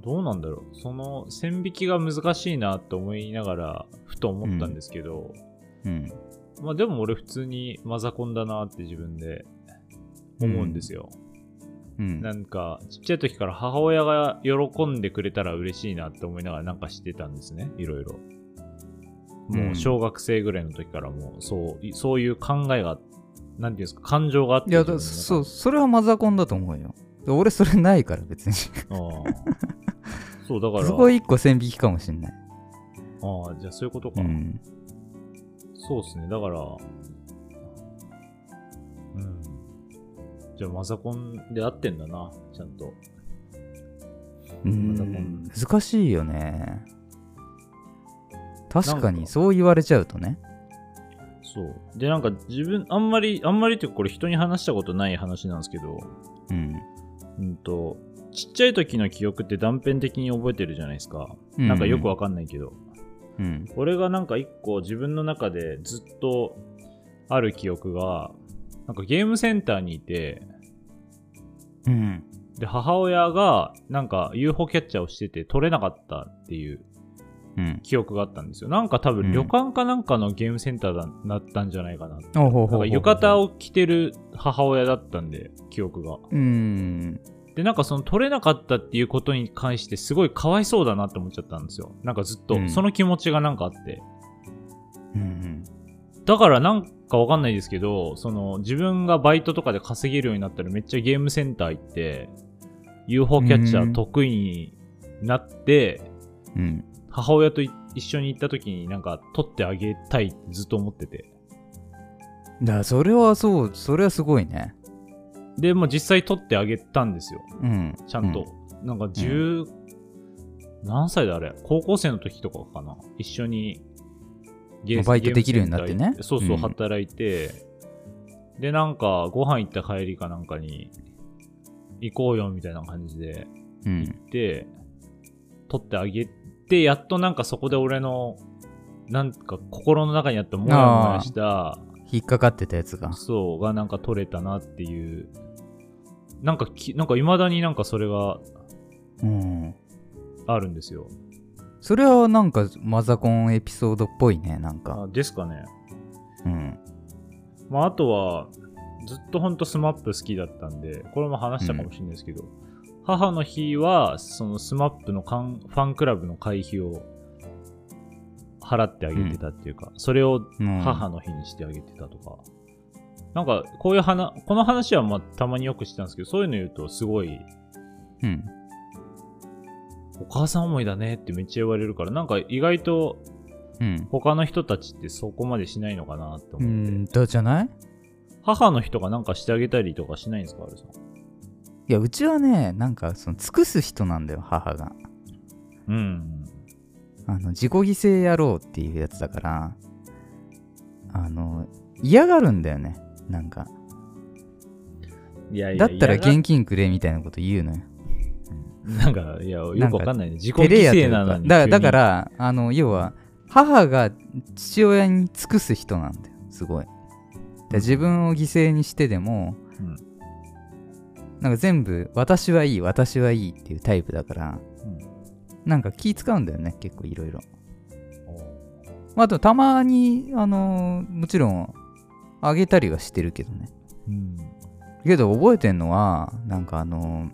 どうなんだろうその線引きが難しいなと思いながらふと思ったんですけど、うんまあでも俺普通にマザコンだなって自分で思うんですよ。うんなんか、ちっちゃい時から母親が喜んでくれたら嬉しいなって思いながらなんかしてたんですね、いろいろ。もう小学生ぐらいの時からもう、そう、いそういう考えが、なんていうんですか、感情があって。いやだそうそれはマザコンだと思うよで俺それないから別にそあー。そう、 [laughs] だから、こ一個線引きかもしんない、ああ、じゃあそういうことうか。ん、そうですね、だから、うん。じゃあマザコンで合ってんだな、ちゃんと。うまた今ん難しいよね確かなんにかそう言われちゃうとねそう。で、なんか自分、あんまり、あんまりっていうかこれ人に話したことない話なんですけど、うんうんと、ちっちゃい時の記憶って断片的に覚えてるじゃないですか。うんなんかよくわかんないけど。うん俺がなんか一個自分の中でずっとある記憶が、なんかゲームセンターにいて、うんで、母親がなんか UFO キャッチャーをしてて取れなかったっていううん記憶があったんですよ。なんか多うん分旅館かなんかのゲームセンターだだったんじゃないかな。あほうほうなんほかう浴衣を着てる母親だったんで、記憶が。うんで、なんかその取れなかったっていうことに関してすごいかわいそうだなって思っちゃったんですよ。なんかずっと、うんその気持ちがなんかあって。うんだからなんかわかんないですけど、その自分がバイトとかで稼げるようになったらめっちゃゲームセンター行って、UFO キャッチャー得意になって、うんうん母親とい一緒に行った時になんか取ってあげたいってずっと思ってて。だからそれはそうそれはすごいねで、もう実際取ってあげたんですよ。うんちゃんと。なんか十、何歳だあれ高校生の時とかかな一緒にゲバイトできるようになってねゲームセンター行そうそうう、ん働いて、で、なんか、ご飯行った帰りかなんかに、行こうよみたいな感じで、う行っんて、取ってあげて、やっとなんかそこで俺の、なんか心の中にあったモヤモヤした、引っかかってたやつがそうがなんか取れたなっていう、なんかき、なんか未だになんかそれがうんあるんですよ。それはなんかマザコンエピソードっぽいねなんかあですかね。うんまあ、あとは、ずっとほんとスマップ好きだったんで、これも話したかもしれないですけど、母の日は、そのスマップのカンファンクラブの会費を払ってあげてたっていうか、それをうん母の日にしてあげてたとか、なんか、こういう話、この話はまあたまによくしてたんですけど、そういうの言うと、すごい、うんお母さん思いだねってめっちゃ言われるから、なんか意外とうん他の人たちってそこまでしないのかなってう思って、んだじゃない母の日とかなんかしてあげたりとかしないんですか、あれさん。いやうちはねなんかその尽くす人なんだよ母がうん。あの自己犠牲やろうっていうやつだからあの嫌がるんだよねなんかいやいだや、ったらいや現金くれみたいなこと言うのよなんか、いや、よなんかくわかんないね。自己照れ犠やとい牲うなかのに。だだか、らあの要は母が父親に尽くす人なんだよすごいだから自分を犠牲にしてでも、うんなんか全部私はいい私はいいっていうタイプだからうんなんか気使うんだよね結構いろいろまあ、あとたまに、あのーもちろん、あげたりはしてるけどね。うん。けど、覚えてんのは、なんかあの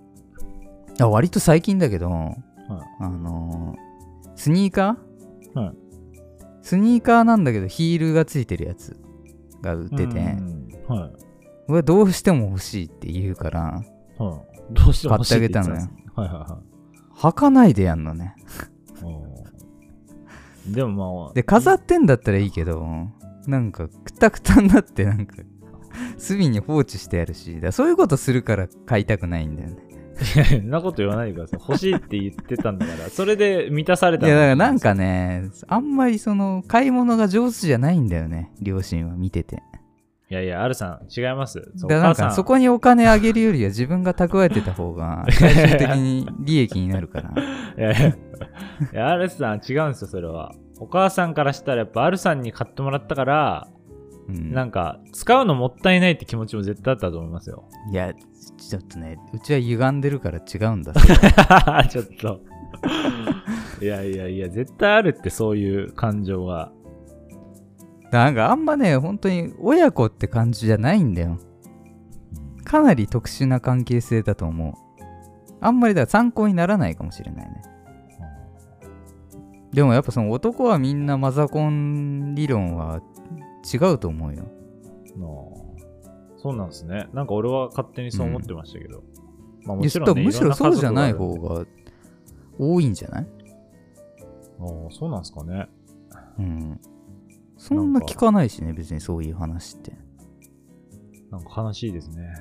ーあ割と最近だけど、あのースニーカー、はいスニーカーなんだけど、ヒールがついてるやつが売ってて、うんはい。俺どうしても欲しいって言うから、はい。どうしても欲しい言買ってあげですはいはいは履かないでやんのね。いうん。でもまあ、で、飾ってんだったらいいけど、なんか、くたくたになって、なんか、隅に放置してやるし、だからそういうことするから買いたくないんだよね。いやいやそんなこと言わないでください。欲しいって言ってたんだから、それで満たされいたやだからのなん、かねあんまりその買い物が上手じゃないんだよね両親は見てていやいや、あるさん、違います。だからなんお母さかそこにお金あげるよりは自分が蓄えてた方 [laughs] が最終的に利益になるからいやいやいや、アルさん違うんですよ、それは。お母さんからしたら、やっぱアルさんに買ってもらったから、うんなんか、使うのもったいないって気持ちも絶対あったと思いま [laughs] すよ。いやちょっとねうちは歪んでるから違うんだちょっと。いやいやいや、絶対あるって、そういう感情が。なんかあんまね本当に親子って感じじゃないんだよかなり特殊な関係性だと思う。あんまりだから参考にならないかもしれないね。でもやっぱその男はみんなマザコン理論は違うと思うよ。なあそうなんですね。なんか俺は勝手にそう思ってましたけど。まあいやねむしろそうじゃない。ろ方ん家が多いんじゃない族があるああ、そうなんですかね。うん。そんな聞かないしね、別にそういう話って。なんか悲しいですね。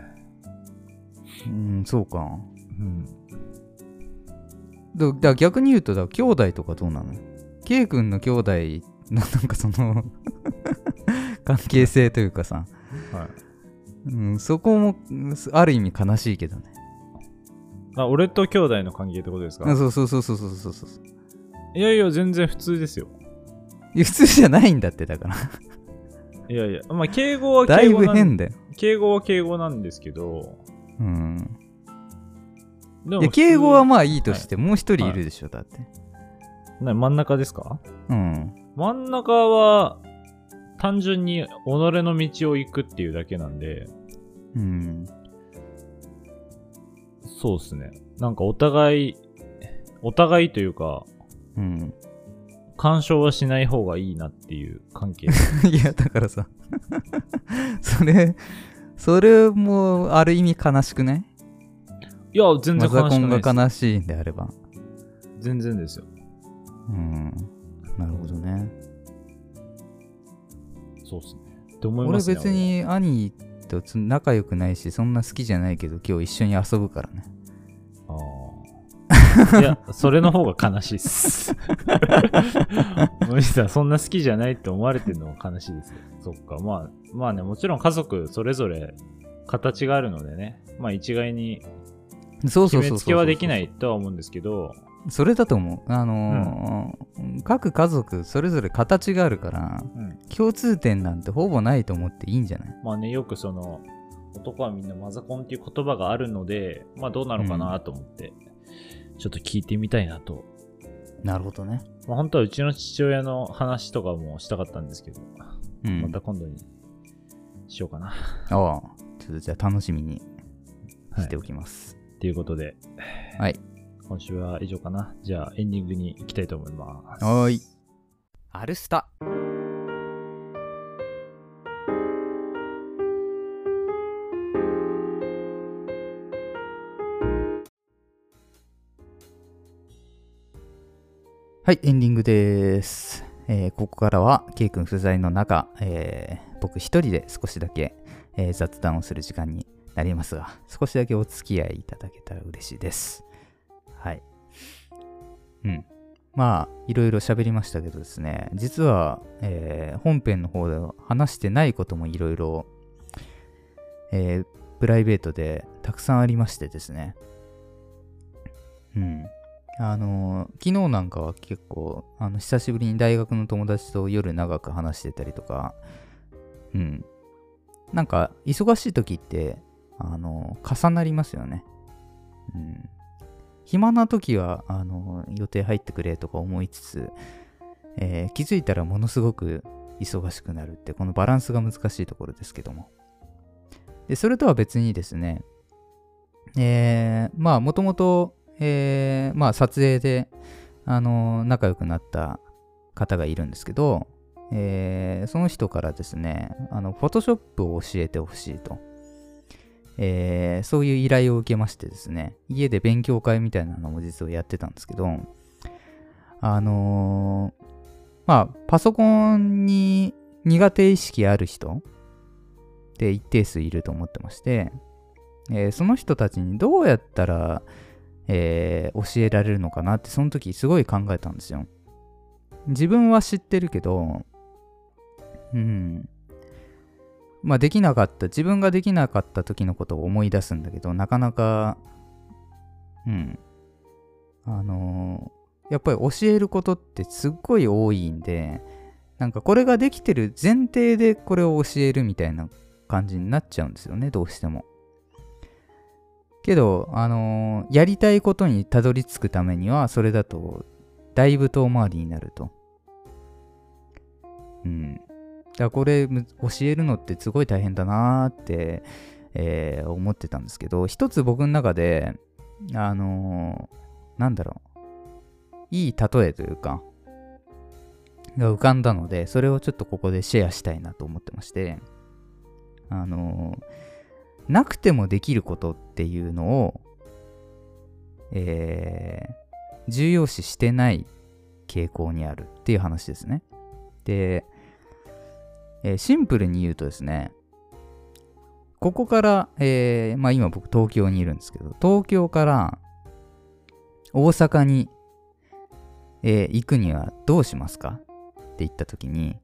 うん、そうか。うん。だだから逆に言うとだ兄弟とかどうなの ?K 君の兄弟のなん [laughs] かその関係性というかさ、はい。うん、そこもうんある意味悲しいけどねあ俺と兄弟の関係ってことですかあそうそうそうそうそうそうそういやいや、全然普通ですよ。いや普通じゃないんだってだからいやいや、まあ、敬語はだい敬語ぶなん変だよ、敬語は敬語なんですけど、うん、でいやも、敬語はあ、まあいいとして、もう一人いるでしょだって、な真ん中ですかうん真ん中は、単純に己の道を行くっていうだけなんで、うんそうですね。なんかお互い、お互いというか、うん、 [laughs] 干渉はしない方がいいなっていう関 [laughs] 係。いやだからさ [laughs] それそれもある意味悲しくないいや、全マ然ザ悲コしくンないです。が悲しいんであれば全然ですよ。うんなるほどねそうですね。って思いま俺すね。別に兄とつ仲良くないしそんな好きじゃないけど今日一緒に遊ぶからねあー [laughs] いや、それの方が悲しいっす。森さん、そんな好きじゃないって思われてるのも悲しいですよ。そっか、まあ、まあね、もちろん家族それぞれ形があるのでね、まあ一概にそう決そうそうめそうつけはできないとは思うんですけど、それだと思うあのー各家族それぞれ形があるからうん共通点なんてほぼないと思っていいんじゃないまあね、よくその、男はみんなマザコンっていう言葉があるので、まあどうなのかなと思って、ちょっと聞いてみたいなと。なるほどねまあ本当はうちの父親の話とかもしたかったんですけど、うんまた今度にしようかな。ああちょっとじゃあ楽しみにしておきますということで、はい今週は以上かな。じゃあエンディングに行きたいと思います。はーいアルスタはい、エンディングです。えーここからは、ケイ君不在の中、えー僕一人で少しだけ、えー雑談をする時間になりますが、少しだけお付き合いいただけたら嬉しいです。はい。うん。まあ、いろいろ喋りましたけどですね、実は、えー本編の方では話してないこともいろいろ、えープライベートでたくさんありましてですね。うん。あの昨日なんかは結構あの久しぶりに大学の友達と夜長く話してたりとかうんなんか忙しい時ってあの重なりますよねうん暇な時はあの予定入ってくれとか思いつつ、えー気づいたらものすごく忙しくなるってこのバランスが難しいところですけどもでそれとは別にですねえーまあもともと、えーまあ撮影で、あのー仲良くなった方がいるんですけど、えーその人からですね、あの、フォトショップを教えてほしいと、えーそういう依頼を受けましてですね、家で勉強会みたいなのも実はやってたんですけど、あのーまあ、パソコンに苦手意識ある人って一定数いると思ってまして、えーその人たちにどうやったら、えー教えられるのかなってその時すごい考えたんですよ。自分は知ってるけど、うん。まあできなかった、自分ができなかった時のことを思い出すんだけど、なかなか、うん。あのーやっぱり教えることってすっごい多いんで、なんかこれができてる前提でこれを教えるみたいな感じになっちゃうんですよね、どうしても。けど、あのーやりたいことにたどり着くためには、それだと、だいぶ遠回りになると。うん。だからこれ、む教えるのってすごい大変だなーって、えー思ってたんですけど一つ僕の中であのーなんだろういい例えというかが浮かんだのでそれをちょっとここでシェアしたいなと思ってましてあのーなくてもできることっていうのをえー重要視してない傾向にあるっていう話ですねで、えーシンプルに言うとですねここから、えーまあ、今僕東京にいるんですけど東京から大阪に、えー行くにはどうしますかって言った時に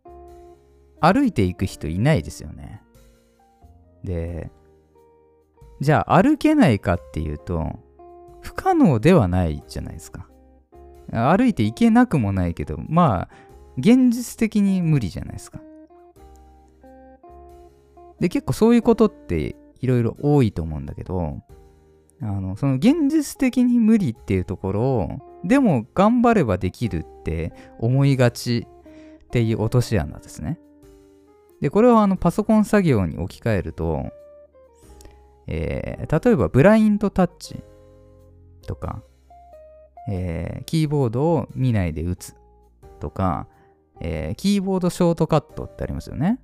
歩いて行く人いないですよねでじゃあ歩けないかっていうと不可能ではないじゃないですか歩いて行けなくもないけどまあ現実的に無理じゃないですかで結構そういうことっていろいろ多いと思うんだけどあのその現実的に無理っていうところをでも頑張ればできるって思いがちっていう落とし穴ですねでこれをあのパソコン作業に置き換えると、えー例えばブラインドタッチとか、えーキーボードを見ないで打つとか、えーキーボードショートカットってありますよね。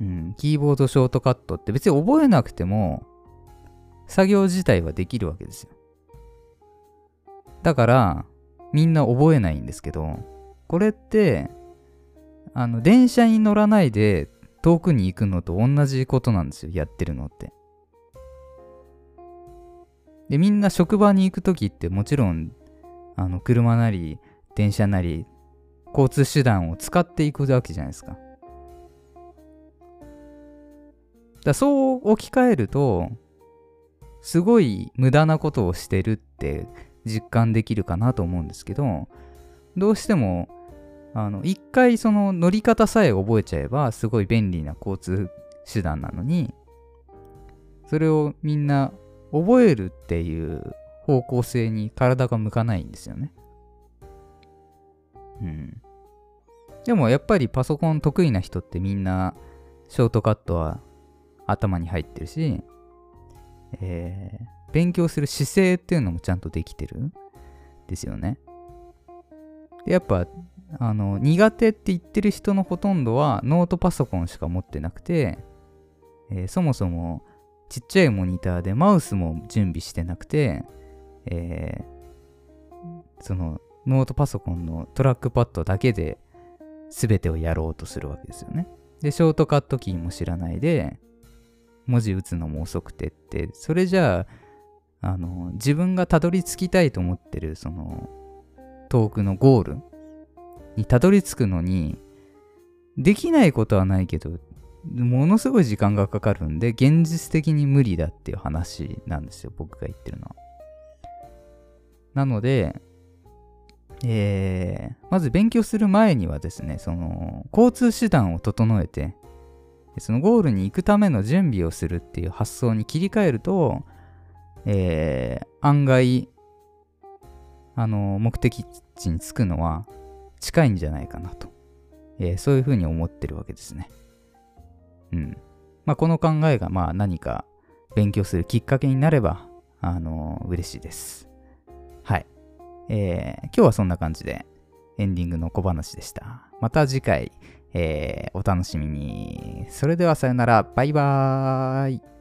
うん、キーボードショートカットって別に覚えなくても作業自体はできるわけですよ。だからみんな覚えないんですけど、これってあの電車に乗らないで遠くに行くのと同じことなんですよ、やってるのって。でみんな職場に行く時ってもちろんあの車なり電車なり交通手段を使っていくわけじゃないですか。だからそう置き換えるとすごい無駄なことをしてるって実感できるかなと思うんですけどどうしてもあの一回その乗り方さえ覚えちゃえばすごい便利な交通手段なのにそれをみんな覚えるっていう方向性に体が向かないんですよね。うん。でもやっぱりパソコン得意な人ってみんなショートカットは頭に入ってるし、えー勉強する姿勢っていうのもちゃんとできてるですよね。でやっぱあの苦手って言ってる人のほとんどはノートパソコンしか持ってなくて、えーそもそもちっちゃいモニターでマウスも準備してなくて、えーそのノートパソコンのトラックパッドだけで全てをやろうとするわけですよね。で、ショートカットキーも知らないで、文字打つのも遅くてって、それじゃあ、あの、自分がたどり着きたいと思ってる、その、遠くのゴールにたどり着くのに、できないことはないけど、ものすごい時間がかかるんで現実的に無理だっていう話なんですよ僕が言ってるのはなのでえーまず勉強する前にはですねその交通手段を整えてそのゴールに行くための準備をするっていう発想に切り替えるとえー案外あの目的地に着くのは近いんじゃないかなと、えーそういうふうに思ってるわけですねうん。まあ、この考えが、まあ、何か勉強するきっかけになれば、あの嬉しいです。はい。えー今日はそんな感じで、エンディングの小話でした。また次回、えーお楽しみに。それではさよなら。バイバーイ。